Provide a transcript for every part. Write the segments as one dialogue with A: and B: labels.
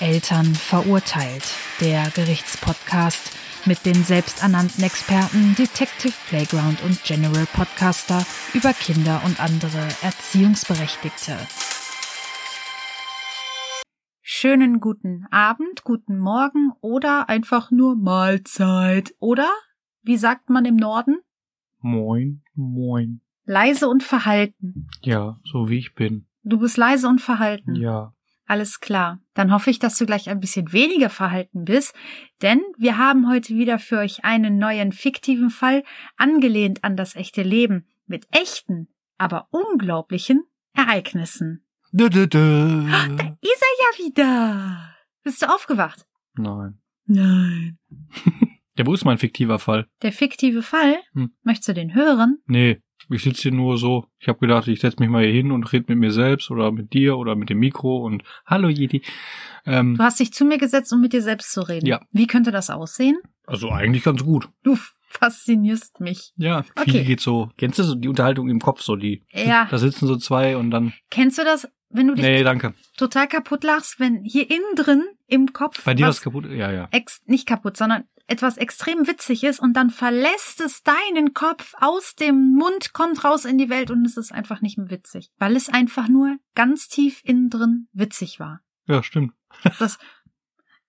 A: Eltern verurteilt. Der Gerichtspodcast mit den selbsternannten Experten Detective Playground und General Podcaster über Kinder und andere Erziehungsberechtigte. Schönen guten Abend, guten Morgen oder einfach nur Mahlzeit, oder? Wie sagt man im Norden?
B: Moin, moin.
A: Leise und verhalten.
B: Ja, so wie ich bin.
A: Du bist leise und verhalten.
B: Ja.
A: Alles klar. Dann hoffe ich, dass du gleich ein bisschen weniger verhalten bist, denn wir haben heute wieder für euch einen neuen fiktiven Fall, angelehnt an das echte Leben, mit echten, aber unglaublichen Ereignissen.
B: Dö, dö, dö.
A: Da ist er ja wieder. Bist du aufgewacht?
B: Nein.
A: Nein.
B: Ja, wo ist mein fiktiver Fall?
A: Der fiktive Fall?
B: Hm.
A: Möchtest du den hören?
B: Nee, ich sitze hier nur so. Ich habe gedacht, ich setz mich mal hier hin und red mit mir selbst oder mit dir oder mit dem Mikro und hallo Jedi. Ähm,
A: Du hast dich zu mir gesetzt, um mit dir selbst zu reden.
B: Ja.
A: Wie könnte das aussehen?
B: also eigentlich ganz gut.
A: Du faszinierst mich.
B: Ja,
A: Okay.
B: viel geht so. Kennst du so die Unterhaltung im Kopf so die?
A: Ja.
B: Da sitzen so zwei und dann.
A: Kennst du das, wenn du dich
B: Nee, danke.
A: total kaputt lachst, wenn hier innen drin im Kopf
B: Bei dir was
A: was
B: kaputt? Ja, ja.
A: ex nicht kaputt, sondern etwas extrem witzig ist und dann verlässt es deinen Kopf aus dem Mund, kommt raus in die Welt und es ist einfach nicht mehr witzig, weil es einfach nur ganz tief innen drin witzig war.
B: Ja, stimmt.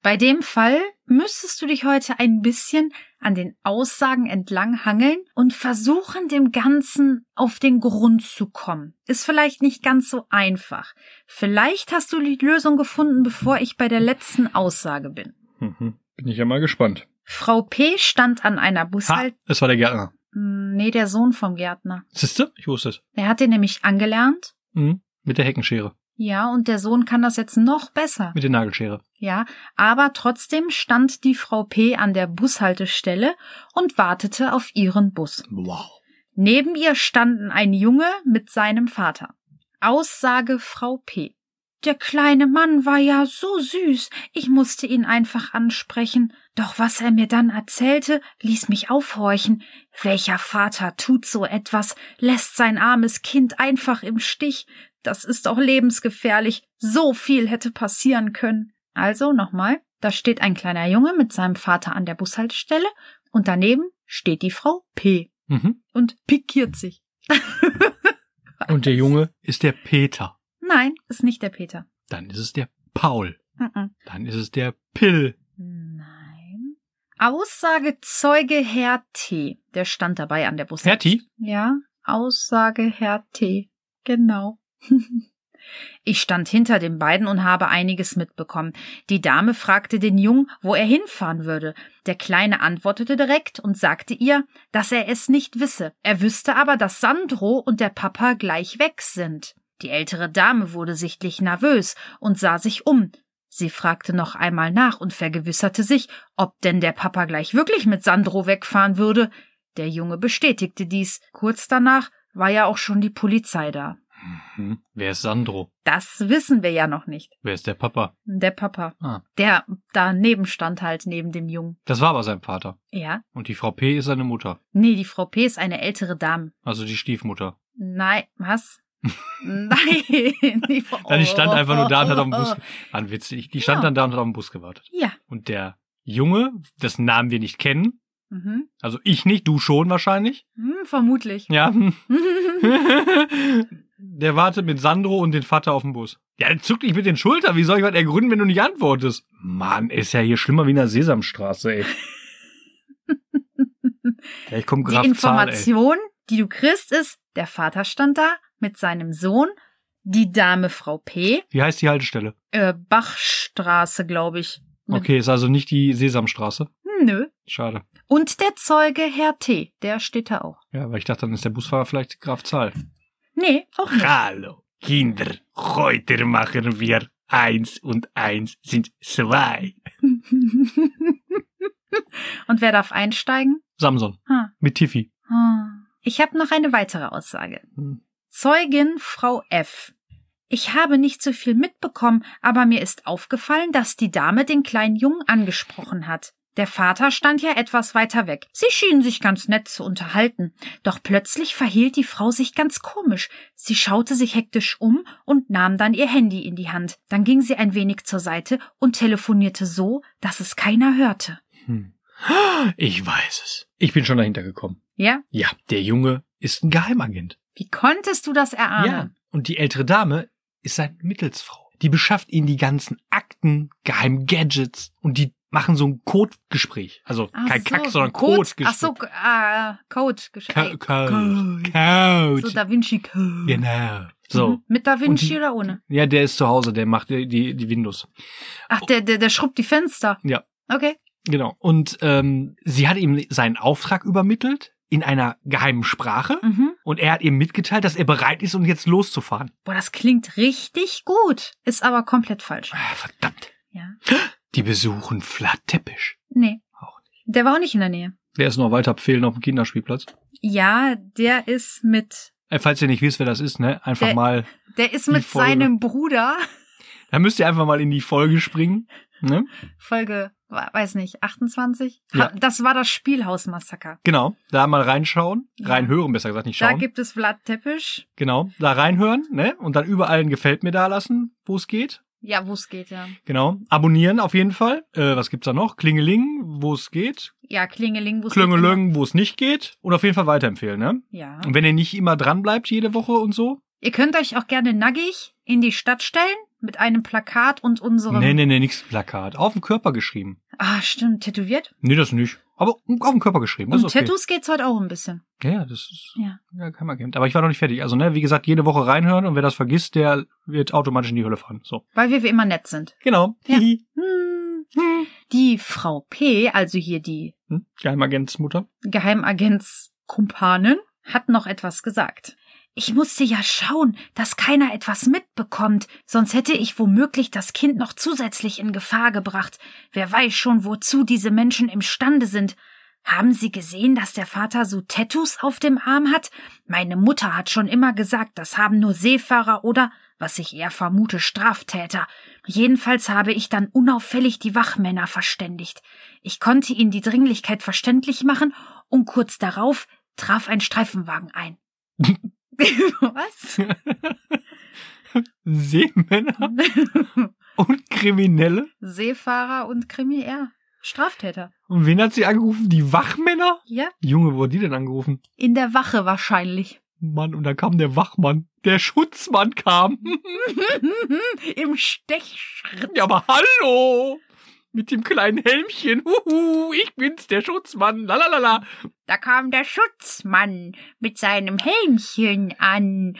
A: Bei dem Fall müsstest du dich heute ein bisschen an den Aussagen entlang hangeln und versuchen, dem Ganzen auf den Grund zu kommen. Ist vielleicht nicht ganz so einfach. Vielleicht hast du die Lösung gefunden, bevor ich bei der letzten Aussage bin.
B: Mhm. Bin ich ja mal gespannt.
A: Frau P. stand an einer
B: Ha,
A: Bushalt...
B: es war der Gärtner.
A: Hm, Nee, der Sohn vom Gärtner.
B: Siehste? Ich wusste es.
A: Der hat den nämlich angelernt.
B: Mhm. Mit der Heckenschere.
A: Ja, und der Sohn kann das jetzt noch besser.
B: Mit der Nagelschere.
A: Ja, aber trotzdem stand die Frau P. an der Bushaltestelle und wartete auf ihren Bus.
B: Wow.
A: Neben ihr standen ein Junge mit seinem Vater. Aussage Frau P. Der kleine Mann war ja so süß, ich musste ihn einfach ansprechen, doch was er mir dann erzählte, ließ mich aufhorchen. Welcher Vater tut so etwas, lässt sein armes Kind einfach im Stich? Das ist doch lebensgefährlich, so viel hätte passieren können. Also nochmal, da steht ein kleiner Junge mit seinem Vater an der Bushaltestelle und daneben steht die Frau P
B: Mhm.
A: und pikiert sich.
B: Und der Junge ist der Peter.
A: Nein, ist nicht der Peter.
B: Dann ist es der Paul.
A: Mhm.
B: Dann ist es der Pill.
A: Nein. Aussage Zeuge Herr T. Der stand dabei an der Bus.
B: Ferti?
A: Ja, Aussage Herr T. Genau. Ich stand hinter den beiden und habe einiges mitbekommen. Die Dame fragte den Jungen, wo er hinfahren würde. Der Kleine antwortete direkt und sagte ihr, dass er es nicht wisse. Er wüsste aber, dass Sandro und der Papa gleich weg sind. Die ältere Dame wurde sichtlich nervös und sah sich um. Sie fragte noch einmal nach und vergewisserte sich, ob denn der Papa gleich wirklich mit Sandro wegfahren würde. Der Junge bestätigte dies. Kurz danach war ja auch schon die Polizei da.
B: Mhm. Wer ist Sandro?
A: Das wissen wir ja noch nicht.
B: Wer ist der Papa?
A: Der Papa.
B: Ah.
A: Der daneben stand halt neben dem Jungen.
B: Das war aber sein Vater.
A: Ja?
B: Und die Frau P ist seine Mutter.
A: Nee, die Frau P ist eine ältere Dame.
B: Also die Stiefmutter.
A: Nein, was? Nein. Die Frau
B: Dann Äh, die stand einfach nur da und hat auf den Bus an witzig. Die stand
A: Ja.
B: dann da und hat auf den Bus gewartet.
A: Ja.
B: Und der Junge, dessen Namen wir nicht kennen,
A: Mhm.
B: also ich nicht, du schon wahrscheinlich.
A: Hm, vermutlich.
B: Ja. Der wartet mit Sandro und den Vater auf dem Bus. Ja, dann zuck nicht mit den Schultern. Wie soll ich was ergründen, wenn du nicht antwortest? Mann, ist ja hier schlimmer wie in der Sesamstraße, ey. ja, ich komm Graf
A: die
B: Zahl, ey.
A: Information, die du kriegst, ist, der Vater stand da mit seinem Sohn, die Dame Frau P,
B: Wie heißt die Haltestelle?
A: äh, Bachstraße, glaube ich. Mit-
B: Okay, ist also nicht die Sesamstraße.
A: Nö.
B: Schade.
A: Und der Zeuge Herr T, der steht da auch.
B: Ja, weil ich dachte, dann ist der Busfahrer vielleicht Graf Zahl.
A: Nee, auch nicht.
B: Hallo, Kinder. Heute machen wir eins und eins sind zwei.
A: Und wer darf einsteigen?
B: Samson.
A: Ha.
B: Mit Tiffy.
A: ha. Ich habe noch eine weitere Aussage.
B: Hm.
A: Zeugin Frau F. Ich habe nicht so viel mitbekommen, aber mir ist aufgefallen, dass die Dame den kleinen Jungen angesprochen hat. Der Vater stand ja etwas weiter weg. Sie schienen sich ganz nett zu unterhalten. Doch plötzlich verhielt die Frau sich ganz komisch. Sie schaute sich hektisch um und nahm dann ihr Handy in die Hand. Dann ging sie ein wenig zur Seite und telefonierte so, dass es keiner hörte.
B: Hm. Ich weiß es. Ich bin schon dahinter gekommen.
A: Ja?
B: Ja, der Junge ist ein Geheimagent.
A: Wie konntest du das
B: Ja.
A: erahnen?
B: Und die ältere Dame ist seine Mittelsfrau. Die beschafft ihnen die ganzen Akten, geheimen Gadgets und die machen so ein Codegespräch. Also
A: Ach
B: kein
A: so,
B: Kack, sondern
A: Code.
B: Codegespräch.
A: Ach so, äh, Code. Gesch-
B: Co-
A: äh,
B: Code.
A: Code.
B: Code.
A: So Da Vinci Code.
B: genau. So.
A: Mhm. Mit Da Vinci
B: Und die-
A: oder ohne?
B: Ja, der ist zu Hause, der macht die, die, die Windows.
A: Ach, der, der, der schrubbt die Fenster.
B: Ja.
A: Okay.
B: Genau. Und ähm, sie hat ihm seinen Auftrag übermittelt in einer geheimen Sprache
A: Mhm.
B: und er hat ihr mitgeteilt, dass er bereit ist, um jetzt loszufahren.
A: Boah, das klingt richtig gut. Ist aber komplett falsch.
B: Ah, Verdammt.
A: Ja.
B: Die besuchen Vlad Tepisch.
A: Nee.
B: Auch
A: Der war auch nicht in der Nähe.
B: Der ist noch weiter fehlen auf dem Kinderspielplatz.
A: Ja, der ist mit.
B: Äh, falls ihr nicht wisst, wer das ist, ne? Einfach
A: Der-
B: mal.
A: Der ist
B: Die
A: mit
B: Folge.
A: seinem Bruder.
B: Da müsst ihr einfach mal in die Folge springen. Ne?
A: Folge, weiß nicht, 28?
B: Ja.
A: Ha- Das war das Spielhausmassaker.
B: Genau. Da mal reinschauen.
A: Ja.
B: Reinhören, besser gesagt, nicht
A: Da
B: schauen.
A: gibt es Vlad Tepisch.
B: genau. Da reinhören, ne? Und dann überall ein Gefällt mir da lassen, wo es geht.
A: Ja, wo es geht, ja.
B: Genau. Abonnieren auf jeden Fall. Äh, was gibt's da noch? Klingeling, wo es geht.
A: Ja, Klingeling, wo es geht.
B: Klüngelöng, wo es nicht geht. Und auf jeden Fall weiterempfehlen, ne?
A: Ja.
B: Und wenn ihr nicht immer dran bleibt, jede Woche und so.
A: Ihr könnt euch auch gerne nackig in die Stadt stellen mit einem Plakat und unserem.
B: Nee, nee, nee, nix Plakat. Auf den Körper geschrieben.
A: Ah, stimmt, tätowiert.
B: Nee, das nicht. Aber auf den Körper geschrieben. Das
A: Um
B: ist okay.
A: Tattoos geht's heute auch ein bisschen.
B: Ja, ja, das ist
A: Ja.
B: ja, kein Markent. Aber ich war noch nicht fertig. Also, ne, wie gesagt, jede Woche reinhören und wer das vergisst, der wird automatisch in die Hölle fahren. So.
A: Weil wir wie immer nett sind.
B: Genau.
A: Ja.
B: Hihi.
A: Hm.
B: Hm.
A: Die Frau P., also hier die
B: Hm? Geheimagentsmutter.
A: Geheimagentskumpanin, hat noch etwas gesagt. Ich musste ja schauen, dass keiner etwas mitbekommt, sonst hätte ich womöglich das Kind noch zusätzlich in Gefahr gebracht. Wer weiß schon, wozu diese Menschen imstande sind. Haben Sie gesehen, dass der Vater so Tattoos auf dem Arm hat? Meine Mutter hat schon immer gesagt, das haben nur Seefahrer oder, was ich eher vermute, Straftäter. Jedenfalls habe ich dann unauffällig die Wachmänner verständigt. Ich konnte ihnen die Dringlichkeit verständlich machen und kurz darauf traf ein Streifenwagen ein. Was?
B: Seemänner und Kriminelle.
A: Seefahrer und Krimi, ja. Straftäter.
B: Und wen hat sie angerufen? Die Wachmänner?
A: Ja,
B: Junge, wo hat die denn angerufen?
A: in der Wache wahrscheinlich.
B: Mann, und dann kam der Wachmann. Der Schutzmann kam.
A: Im Stechschritt.
B: ja, aber hallo! Mit dem kleinen Helmchen. Huhu, ich bin's, der Schutzmann. Lalalala.
A: Da kam der Schutzmann mit seinem Helmchen an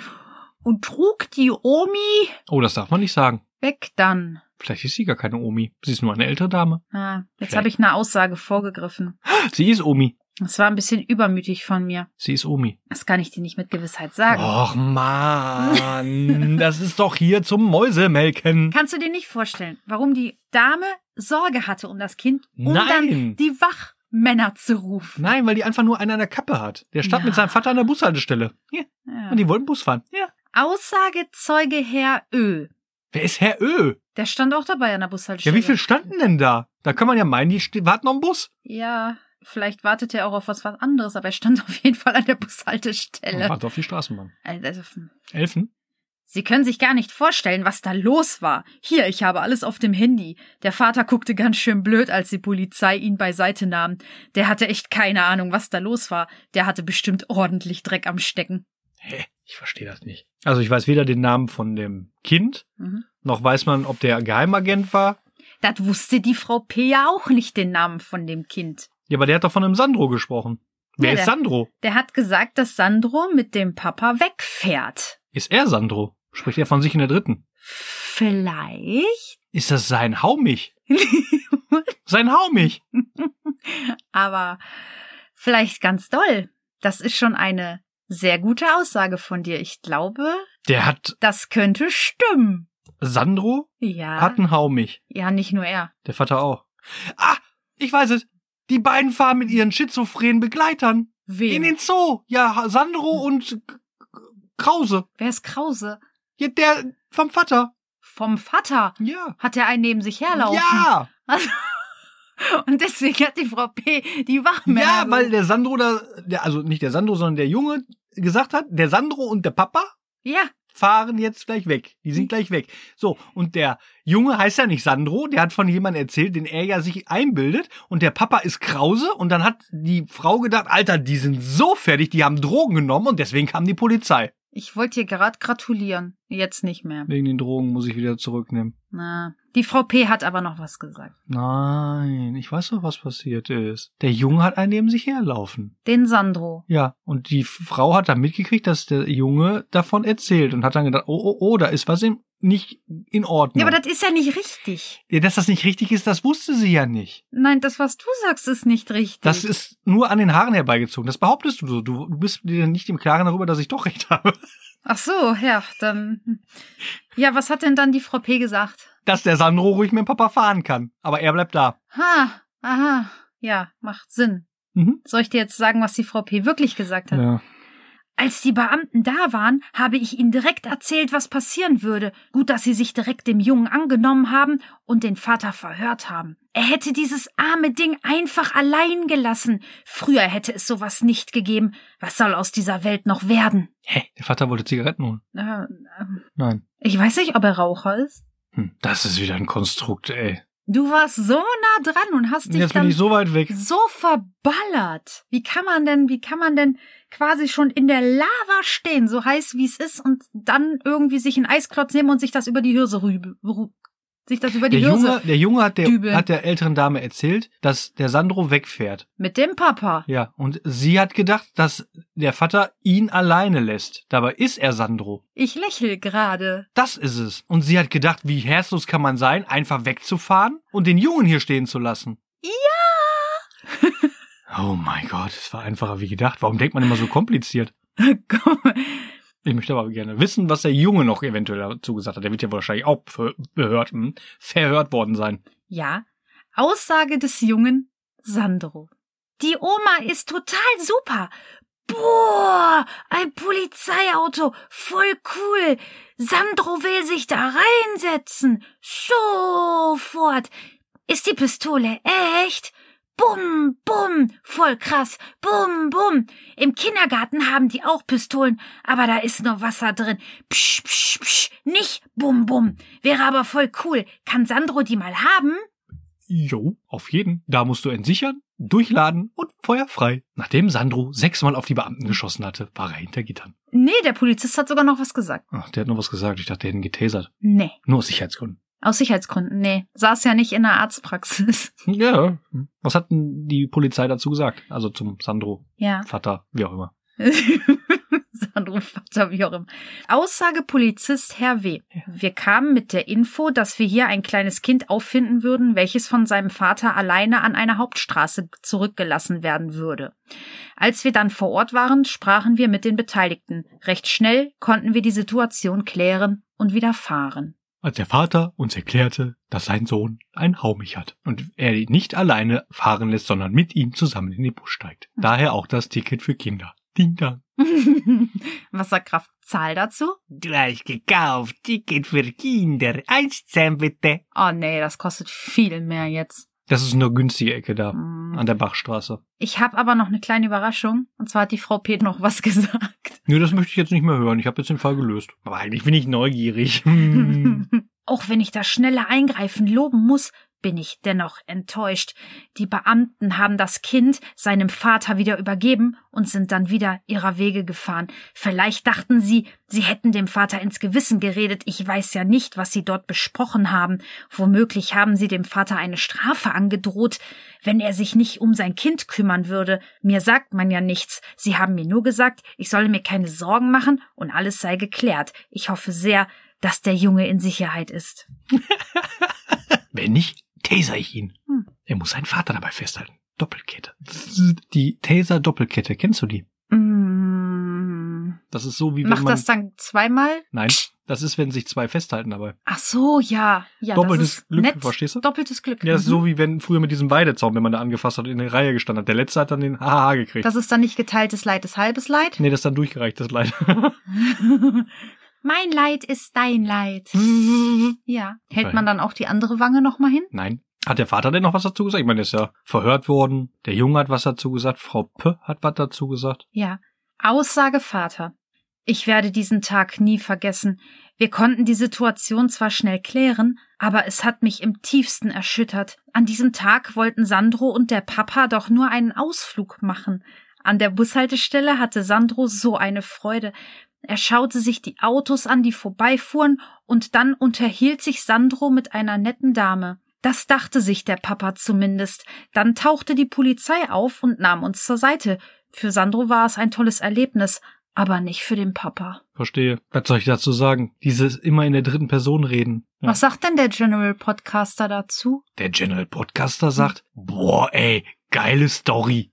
A: und trug die Omi
B: Oh, das darf man nicht sagen.
A: weg dann.
B: Vielleicht ist sie gar keine Omi. Sie ist nur eine ältere Dame.
A: Ah, jetzt
B: Vielleicht.
A: habe ich eine Aussage vorgegriffen.
B: Sie ist Omi.
A: Das war ein bisschen übermütig von mir.
B: Sie ist Omi.
A: Das kann ich dir nicht mit Gewissheit sagen.
B: Och man, das ist doch hier zum Mäusemelken.
A: Kannst du dir nicht vorstellen, warum die Dame Sorge hatte um das Kind, um dann
B: Nein.
A: die Wachmänner zu rufen?
B: Nein, weil die einfach nur einen an der Kappe hat. Der stand
A: Ja.
B: mit seinem Vater an der Bushaltestelle. Ja.
A: Ja.
B: Und die wollten Bus fahren. Ja.
A: Aussagezeuge Herr Ö.
B: Wer ist Herr Ö?
A: Der stand auch dabei an der
B: Ja,
A: Bushaltestelle.
B: wie viel standen denn da? Da kann man ja meinen, die ste- warten auf den Bus.
A: Ja, vielleicht wartet er auch auf was, was anderes, aber er stand auf jeden Fall an der Bushaltestelle.
B: Oh, Warten auf die Straßenbahn.
A: Also, hm.
B: Elfen?
A: Sie können sich gar nicht vorstellen, was da los war. Hier, ich habe alles auf dem Handy. Der Vater guckte ganz schön blöd, als die Polizei ihn beiseite nahm. Der hatte echt keine Ahnung, was da los war. Der hatte bestimmt ordentlich Dreck am Stecken.
B: Hä? Ich verstehe das nicht. Also ich weiß weder den Namen von dem Kind,
A: Mhm.
B: noch weiß man, ob der Geheimagent war.
A: Das wusste die Frau P. ja auch nicht den Namen von dem Kind.
B: Ja, aber der hat doch von einem Sandro gesprochen. Wer
A: Ja,
B: ist
A: der-
B: Sandro?
A: Der hat gesagt, dass Sandro mit dem Papa wegfährt.
B: Ist er Sandro? Spricht er von sich in der dritten?
A: Vielleicht?
B: Ist das sein Haumich? sein Haumich?
A: Aber vielleicht ganz doll. Das ist schon eine sehr gute Aussage von dir. Ich glaube,
B: Der hat
A: das könnte stimmen.
B: Sandro
A: Ja.
B: hat einen Haumich.
A: Ja, nicht nur er.
B: Der Vater auch. Ah, ich weiß es. Die beiden fahren mit ihren schizophrenen Begleitern in
A: Wen?
B: den Zoo. Ja, Ha- Sandro und G- G- Krause.
A: Wer ist Krause?
B: Ja, der vom Vater.
A: Vom Vater.
B: Ja.
A: Hat er einen neben sich herlaufen?
B: Ja.
A: Also, Und deswegen hat die Frau P. die
B: Ja,
A: Wachmänner.
B: weil der Sandro da, der, also nicht der Sandro, sondern der Junge gesagt hat, der Sandro und der Papa
A: Ja,
B: fahren jetzt gleich weg. Die sind gleich weg. So, und der Junge heißt ja nicht Sandro, der hat von jemandem erzählt, den er ja sich einbildet. Und der Papa ist Krause und dann hat die Frau gedacht, Alter, die sind so fertig, die haben Drogen genommen und deswegen kam die Polizei.
A: ich wollte dir gerade gratulieren. Jetzt nicht mehr.
B: Wegen den Drogen muss ich wieder zurücknehmen.
A: Na, die Frau P. hat aber noch was gesagt.
B: Nein, ich weiß doch, was passiert ist. Der Junge hat einen neben sich herlaufen.
A: Den Sandro.
B: Ja, und die Frau hat dann mitgekriegt, dass der Junge davon erzählt und hat dann gedacht, oh, oh, oh, da ist was im, nicht in Ordnung.
A: Ja, aber das ist ja nicht richtig.
B: Ja, dass das nicht richtig ist, das wusste sie ja nicht.
A: Nein, das, was du sagst, ist nicht richtig.
B: Das ist nur an den Haaren herbeigezogen. Das behauptest du so. Du du bist dir nicht im Klaren darüber, dass ich doch recht habe.
A: Ach so, ja, dann. Ja, was hat denn dann die Frau P. gesagt?
B: Dass der Sandro ruhig mit dem Papa fahren kann. Aber er bleibt da.
A: Ha, aha. Ja, macht Sinn.
B: Mhm.
A: Soll ich dir jetzt sagen, was die Frau P. wirklich gesagt hat? Als die Beamten da waren, habe ich ihnen direkt erzählt, was passieren würde. Gut, dass sie sich direkt dem Jungen angenommen haben und den Vater verhört haben. Er hätte dieses arme Ding einfach allein gelassen. Früher hätte es sowas nicht gegeben. Was soll aus dieser Welt noch werden?
B: Hä? Der Vater wollte Zigaretten holen.
A: Äh,
B: Nein.
A: ich weiß nicht, ob er Raucher ist.
B: Hm, das ist wieder ein Konstrukt, ey.
A: Du warst so nah dran und hast dich
B: Jetzt bin
A: dann
B: ich so weit weg.
A: so verballert. Wie kann man denn, wie kann man denn quasi schon in der Lava stehen, so heiß wie es ist, und dann irgendwie sich einen Eisklotz nehmen und sich das über die Hirse rübe, rü- sich das über
B: Der
A: die Hirse
B: Junge, der Junge hat der,
A: Dübel.
B: hat der älteren Dame erzählt, dass der Sandro wegfährt.
A: mit dem Papa.
B: Ja. Und sie hat gedacht, dass der Vater ihn alleine lässt. Dabei ist er Sandro.
A: Ich lächel gerade.
B: Das ist es. Und sie hat gedacht, wie herzlos kann man sein, einfach wegzufahren und den Jungen hier stehen zu lassen. Ja! oh mein Gott, es war einfacher wie gedacht. Warum denkt man immer so kompliziert? Ich möchte aber gerne wissen, was der Junge noch eventuell dazu gesagt hat. Der wird ja wahrscheinlich auch ver- behört, hm, verhört worden sein.
A: ja, Aussage des Jungen Sandro. Die Oma ist total super. Boah, ein Polizeiauto, voll cool. Sandro will sich da reinsetzen. Sofort. Ist die Pistole echt? Bum, bum, voll krass. Bum, bum. Im Kindergarten haben die auch Pistolen, aber da ist nur Wasser drin. Psch, psch, psch, nicht bum, bum. Wäre aber voll cool. Kann Sandro die mal haben?
B: Jo, auf jeden. Da musst du entsichern, durchladen und feuerfrei. Nachdem Sandro sechsmal auf die Beamten geschossen hatte, war er hinter Gittern.
A: Nee, der Polizist hat sogar noch was gesagt.
B: Ach, der hat noch was gesagt. Ich dachte, der hätte ihn getasert.
A: Nee.
B: Nur aus Sicherheitsgründen.
A: Aus Sicherheitsgründen, nee. Saß ja nicht in der Arztpraxis.
B: Ja. Was hat denn die Polizei dazu gesagt? Also zum Sandro,
A: Ja.
B: Vater, wie auch immer.
A: Sandro Vater, wie auch immer. Aussage Polizist Herr W. Wir kamen mit der Info, dass wir hier ein kleines Kind auffinden würden, welches von seinem Vater alleine an einer Hauptstraße zurückgelassen werden würde. Als wir dann vor Ort waren, sprachen wir mit den Beteiligten. Recht schnell konnten wir die Situation klären und wieder fahren.
B: Als der Vater uns erklärte, dass sein Sohn einen Haumich hat und er ihn nicht alleine fahren lässt, sondern mit ihm zusammen in den Bus steigt. Daher auch das Ticket für Kinder. Ding Dang.
A: Was sagt Kraft Zahl dazu?
B: Gleich gekauft, Ticket für Kinder, eins zehn bitte.
A: Oh nee, das kostet viel mehr jetzt.
B: Das ist eine günstige Ecke da,
A: Mm.
B: an der Bachstraße.
A: Ich habe aber noch eine kleine Überraschung. Und zwar hat die Frau P. noch was gesagt.
B: Nö, das möchte ich jetzt nicht mehr hören. Ich habe jetzt den Fall gelöst. Aber eigentlich bin ich neugierig. Hm.
A: Auch wenn ich das schnelle Eingreifen loben muss, bin ich dennoch enttäuscht. Die Beamten haben das Kind seinem Vater wieder übergeben und sind dann wieder ihrer Wege gefahren. Vielleicht dachten sie, sie hätten dem Vater ins Gewissen geredet. Ich weiß ja nicht, was sie dort besprochen haben. Womöglich haben sie dem Vater eine Strafe angedroht, wenn er sich nicht um sein Kind kümmern würde. Mir sagt man ja nichts. Sie haben mir nur gesagt, ich solle mir keine Sorgen machen und alles sei geklärt. Ich hoffe sehr, dass der Junge in Sicherheit ist.
B: Wenn nicht, taser ich ihn.
A: Hm.
B: Er muss seinen Vater dabei festhalten. Doppelkette. Die Taser-Doppelkette, kennst du die?
A: Mm,
B: Das ist so wie wenn
A: macht
B: man.
A: das dann zweimal?
B: nein, das ist, wenn sich zwei festhalten dabei.
A: Ach so, ja. ja
B: Doppeltes
A: das ist
B: Glück,
A: nett.
B: verstehst du?
A: Doppeltes Glück.
B: Ja, das ist
A: Mhm.
B: so wie wenn früher mit diesem Weidezaun, wenn man da angefasst hat, und in der Reihe gestanden hat. Der letzte hat dann den Haha gekriegt.
A: Das ist dann nicht geteiltes Leid, ist halbes Leid.
B: nee, das ist dann durchgereicht, das leider.
A: mein Leid ist dein Leid. Ja. Hält
B: Nein. Mhm.
A: man dann auch die andere Wange nochmal hin?
B: nein. Hat der Vater denn noch was dazu gesagt? Ich meine, der ist ja verhört worden. Der Junge hat was dazu gesagt. Frau P. hat was dazu gesagt.
A: Ja. Aussage Vater. Ich werde diesen Tag nie vergessen. Wir konnten die Situation zwar schnell klären, aber es hat mich im tiefsten erschüttert. An diesem Tag wollten Sandro und der Papa doch nur einen Ausflug machen. An der Bushaltestelle hatte Sandro so eine Freude. Er schaute sich die Autos an, die vorbeifuhren, und dann unterhielt sich Sandro mit einer netten Dame. Das dachte sich der Papa zumindest. Dann tauchte die Polizei auf und nahm uns zur Seite. Für Sandro war es ein tolles Erlebnis, aber nicht für den Papa.
B: Verstehe. Was soll ich dazu sagen? Dieses immer in der dritten Person reden. Ja.
A: Was sagt denn der General Podcaster dazu?
B: Der General Podcaster sagt, boah, ey, geile Story.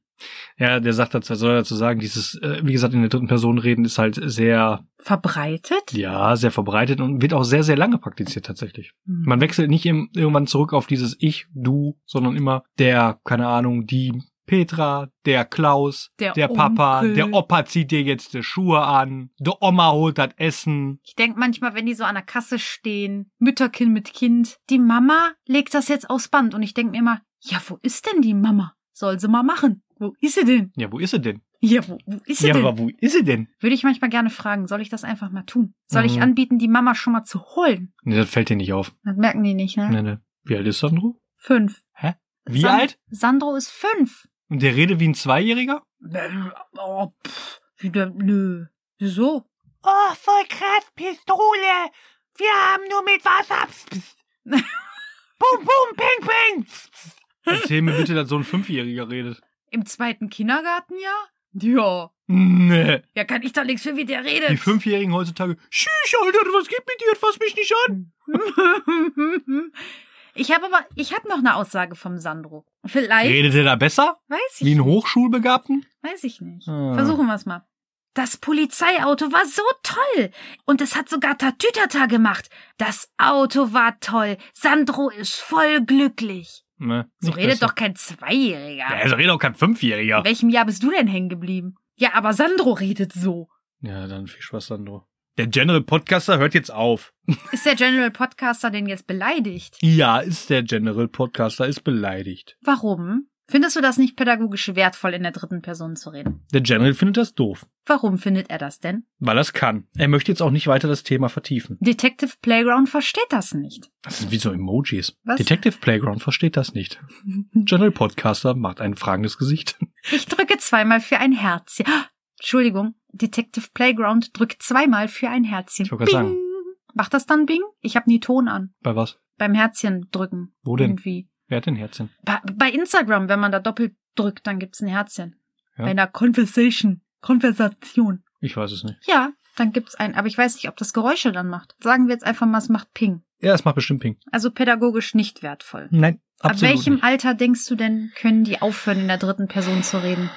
B: Ja, der sagt dazu, soll dazu sagen, dieses, äh, wie gesagt, in der dritten Person reden ist halt sehr,
A: Verbreitet?
B: ja, sehr verbreitet und wird auch sehr, sehr lange praktiziert tatsächlich.
A: Hm.
B: Man wechselt nicht im, irgendwann zurück auf dieses Ich, Du, sondern immer der, keine Ahnung, die Petra, der Klaus,
A: Der
B: der, Papa,
A: Onkel.
B: der Opa zieht dir jetzt die Schuhe an, der Oma holt das Essen.
A: Ich denk manchmal, wenn die so an der Kasse stehen, Mütterkind mit Kind, die Mama legt das jetzt aufs Band und ich denk mir immer, ja, wo ist denn die Mama? Soll sie mal machen. Wo ist sie denn?
B: Ja, wo ist sie denn?
A: Ja, wo, wo ist sie
B: ja,
A: denn?
B: aber wo ist sie denn?
A: Würde ich manchmal gerne fragen, soll ich das einfach mal tun? Soll ich
B: Mhm.
A: anbieten, die Mama schon mal zu holen?
B: Nee, das fällt dir nicht auf.
A: Das merken die nicht, ne?
B: Nee, nee. Wie alt ist Sandro?
A: Fünf.
B: Wie
A: San-
B: alt?
A: Sandro ist fünf.
B: Und der redet wie ein Zweijähriger?
A: Ähm, Oh, pff, wieder, nö. Wieso?
B: Oh, voll krass, Pistole! Wir haben nur mit Wasser. bum, bum, peng, peng! Erzähl mir bitte, dass so ein Fünfjähriger redet.
A: Im zweiten Kindergartenjahr? Ja.
B: Nee.
A: Ja, kann ich doch nichts für, wie der
B: Die
A: redet.
B: Fünfjährigen heutzutage, Schüch, Alter, was geht mit dir? Fass mich nicht an!
A: ich habe aber, ich habe noch eine Aussage vom Sandro. Vielleicht,
B: Redet er da besser?
A: weiß ich,
B: Wie ein Hochschulbegabten?
A: weiß ich nicht.
B: Ah.
A: Versuchen wir es mal. Das Polizeiauto war so toll und es hat sogar Tatütata gemacht. Das Auto war toll. Sandro ist voll glücklich.
B: Nee,
A: So
B: nicht
A: redet
B: besser.
A: doch kein Zweijähriger.
B: Ja, so redet auch kein Fünfjähriger.
A: In welchem Jahr bist du denn hängen geblieben? Ja, aber Sandro redet so.
B: Ja, dann viel Spaß, Sandro. Der General Podcaster hört jetzt auf.
A: Ist der General Podcaster denn jetzt beleidigt?
B: Ja, ist der General Podcaster, ist beleidigt.
A: Warum? Findest du das nicht pädagogisch wertvoll, in der dritten Person zu reden?
B: Der General findet das doof.
A: Warum findet er das denn?
B: Weil er es kann. Er möchte jetzt auch nicht weiter das Thema vertiefen.
A: Detective Playground versteht das nicht.
B: Das sind wie so Emojis.
A: Was?
B: Detective Playground versteht das nicht. General Podcaster macht ein fragendes Gesicht.
A: Ich drücke zweimal für ein Herzchen. Ah, Entschuldigung, Detective Playground drückt zweimal für ein Herzchen.
B: Ich wollte gerade
A: Bing. Macht das dann Bing? Ich habe nie Ton an.
B: Bei was?
A: Beim Herzchen drücken.
B: Wo denn?
A: Irgendwie.
B: Wer hat denn Herzchen?
A: Bei, bei Instagram, wenn man da doppelt drückt, dann gibt's ein Herzchen.
B: Ja.
A: Bei einer Conversation. Konversation.
B: Ich weiß es nicht.
A: Ja, dann gibt's ein. Aber ich weiß nicht, ob das Geräusche dann macht. Sagen wir jetzt einfach mal, es macht Ping.
B: Ja, es macht bestimmt Ping.
A: Also pädagogisch nicht wertvoll.
B: Nein,
A: Ab welchem
B: nicht.
A: Alter denkst du denn, können die aufhören, in der dritten Person zu reden?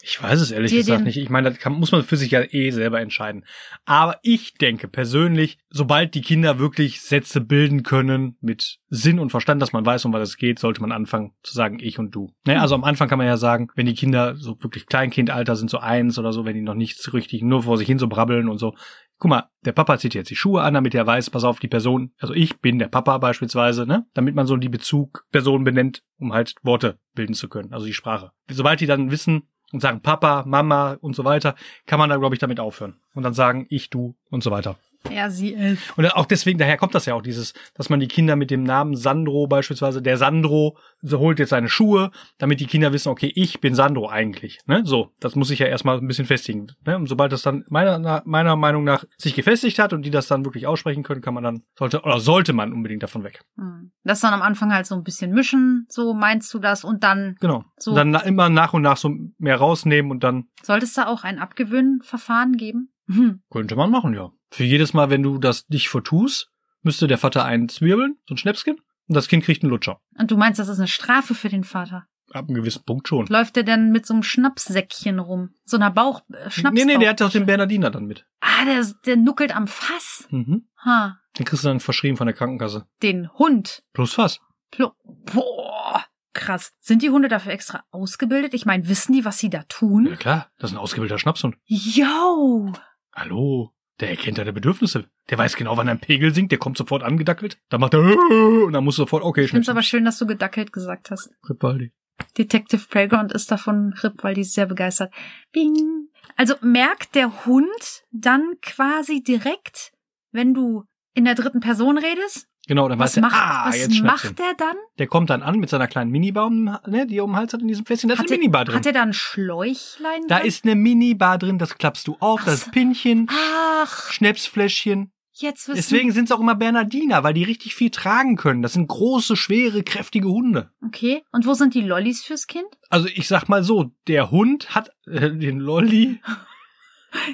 B: Ich weiß es ehrlich
A: Dir
B: gesagt
A: den-
B: nicht. Ich meine, das kann, muss man für sich ja eh selber entscheiden. Aber ich denke persönlich, sobald die Kinder wirklich Sätze bilden können mit Sinn und Verstand, dass man weiß, um was es geht, sollte man anfangen zu sagen, ich und du. Ne? Also am Anfang kann man ja sagen, wenn die Kinder so wirklich Kleinkindalter sind, so eins oder so, wenn die noch nichts richtig nur vor sich hin so brabbeln und so. Guck mal, der Papa zieht jetzt die Schuhe an, damit er weiß, pass auf, die Person, also ich bin der Papa beispielsweise, ne? Damit man so die Bezugperson benennt, um halt Worte bilden zu können, also die Sprache. Sobald die dann wissen, und sagen Papa, Mama und so weiter, kann man da, glaube ich, damit aufhören. Und dann sagen ich, du und so weiter.
A: Ja, sie elf.
B: Und auch deswegen, daher kommt das ja auch dieses, dass man die Kinder mit dem Namen Sandro beispielsweise, der Sandro so holt jetzt seine Schuhe, damit die Kinder wissen, okay, ich bin Sandro eigentlich. Ne? So, das muss ich ja erstmal ein bisschen festigen. Ne? Und sobald das dann meiner, meiner Meinung nach sich gefestigt hat und die das dann wirklich aussprechen können, kann man dann, sollte, oder sollte man unbedingt davon weg.
A: Hm. Das dann am Anfang halt so ein bisschen mischen, so meinst du das und dann
B: Genau.
A: So.
B: Und dann na- immer nach und nach so mehr rausnehmen und dann
A: sollte es da auch ein Abgewöhnverfahren geben? Hm.
B: Könnte man machen, ja. Für jedes Mal, wenn du das dich vertust, müsste der Vater einen zwirbeln, so ein Schnäpschen, und das Kind kriegt einen Lutscher.
A: Und du meinst, das ist eine Strafe für den Vater?
B: Ab einem gewissen Punkt schon.
A: Läuft der denn mit so einem Schnapssäckchen rum? So einer Bauch, äh, Schnaps
B: nee, nee, der hat doch den Bernardiner dann mit.
A: Ah, der, der nuckelt am Fass.
B: Mhm.
A: Ha,
B: Den kriegst du dann verschrieben von der Krankenkasse.
A: den Hund.
B: Plus was?
A: Plo Boah, krass. Sind die Hunde dafür extra ausgebildet? Ich meine, wissen die, was sie da
B: Ja
A: tun?
B: klar, das ist ein ausgebildeter Schnapshund.
A: Yo!
B: Hallo. Der erkennt deine Bedürfnisse. Der weiß genau, wann ein Pegel sinkt, der kommt sofort angedackelt. Dann macht er und dann musst du sofort, okay,
A: Ich finde es
B: schnell.
A: aber schön, dass du gedackelt gesagt hast.
B: Ripaldi.
A: Detective Playground ist davon RIP, weil die ist sehr begeistert. Bing. Also merkt der Hund dann quasi direkt, wenn du in der dritten Person redest?
B: Genau, dann
A: Was,
B: weiß er,
A: macht,
B: ah, jetzt
A: was
B: schnappt ihn.
A: macht er dann?
B: Der kommt dann an mit seiner kleinen Minibar, um, ne, die er um den Hals hat in diesem Fässchen. Da ist
A: Hat
B: eine
A: er-
B: Minibar drin.
A: Hat er da ein Schläuchlein
B: Da
A: dran?
B: ist eine Minibar drin, das klappst du auf,
A: Mhm. Ach
B: das
A: so.
B: Pinnchen,
A: Ach,
B: Schnäpsfläschchen.
A: jetzt wissen
B: Deswegen sind es auch immer Bernardiner, weil die richtig viel tragen können. Das sind große, schwere, kräftige Hunde.
A: Okay, und wo sind die Lollis fürs Kind?
B: Also ich sag mal so, der Hund hat äh, den Lolli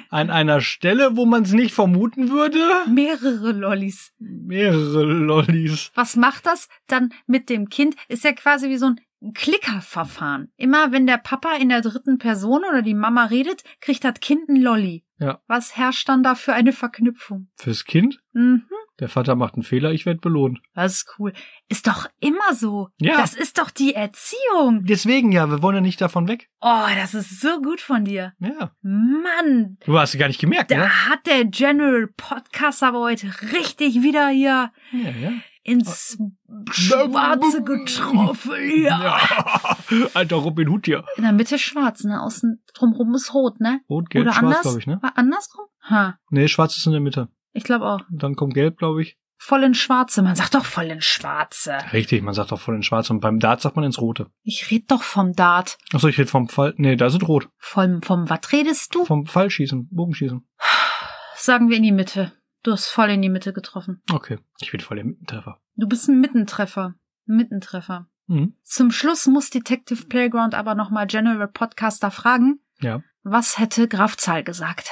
B: an einer Stelle, wo man es nicht vermuten würde.
A: Mehrere Lollis.
B: Mehrere Lollis.
A: Was macht das dann mit dem Kind? Ist ja quasi wie so ein Klickerverfahren. Immer wenn der Papa in der dritten Person oder die Mama redet, kriegt das Kind ein Lolli.
B: Ja.
A: Was herrscht dann da für eine Verknüpfung?
B: Fürs Kind,
A: Mhm,
B: der Vater macht einen Fehler, ich werde belohnt.
A: das ist cool. Ist doch immer so.
B: Ja.
A: Das ist doch die Erziehung.
B: Deswegen ja, wir wollen ja nicht davon weg.
A: Oh, das ist so gut von dir.
B: Ja.
A: Mann,
B: Du hast es gar nicht gemerkt,
A: da
B: ne?
A: hat der General Podcast aber heute richtig wieder hier
B: Ja, ja.
A: ins Schwarze getroffen. Ja.
B: ja. Alter Robin Hood hier.
A: In der Mitte schwarz, ne? Außen drumrum ist rot, ne?
B: Rot, gelb,
A: Oder
B: schwarz,
A: anders?
B: glaube ich, ne?
A: War andersrum? Ha,
B: Nee, schwarz ist in der Mitte.
A: ich glaube auch.
B: Und dann kommt gelb, glaube ich.
A: Voll in Schwarze. Man sagt doch voll in Schwarze.
B: Richtig, man sagt doch voll in schwarz. Und beim Dart sagt man ins Rote.
A: Ich red doch vom Dart.
B: Achso, ich rede vom Fall. Nee, da ist es rot.
A: Vom, vom was redest du?
B: Vom Fallschießen, Bogenschießen.
A: Sagen wir in die Mitte. Du hast voll in die Mitte getroffen.
B: Okay. Ich bin voll der Mittentreffer.
A: Du bist ein Mittentreffer. Mittentreffer.
B: Mhm.
A: Zum Schluss muss Detective Playground aber nochmal General Podcaster fragen,
B: Ja.
A: was hätte Graf Zahl gesagt?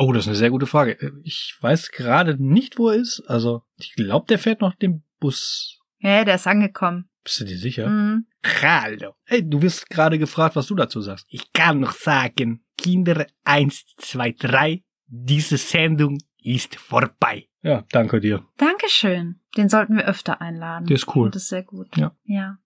B: Oh, das ist eine sehr gute Frage. Äh, Ich weiß gerade nicht, wo er ist. Also, ich glaube, der fährt noch den Bus.
A: Ja, der ist angekommen.
B: Bist du dir sicher?
A: Mhm.
B: Hallo. Ey, du wirst gerade gefragt, was du dazu sagst. Ich kann noch sagen, Kinder 1, 2, 3, diese Sendung ist vorbei. Ja, danke dir.
A: Dankeschön. Den sollten wir öfter einladen.
B: Der ist cool.
A: Das ist sehr gut.
B: Ja.
A: ja.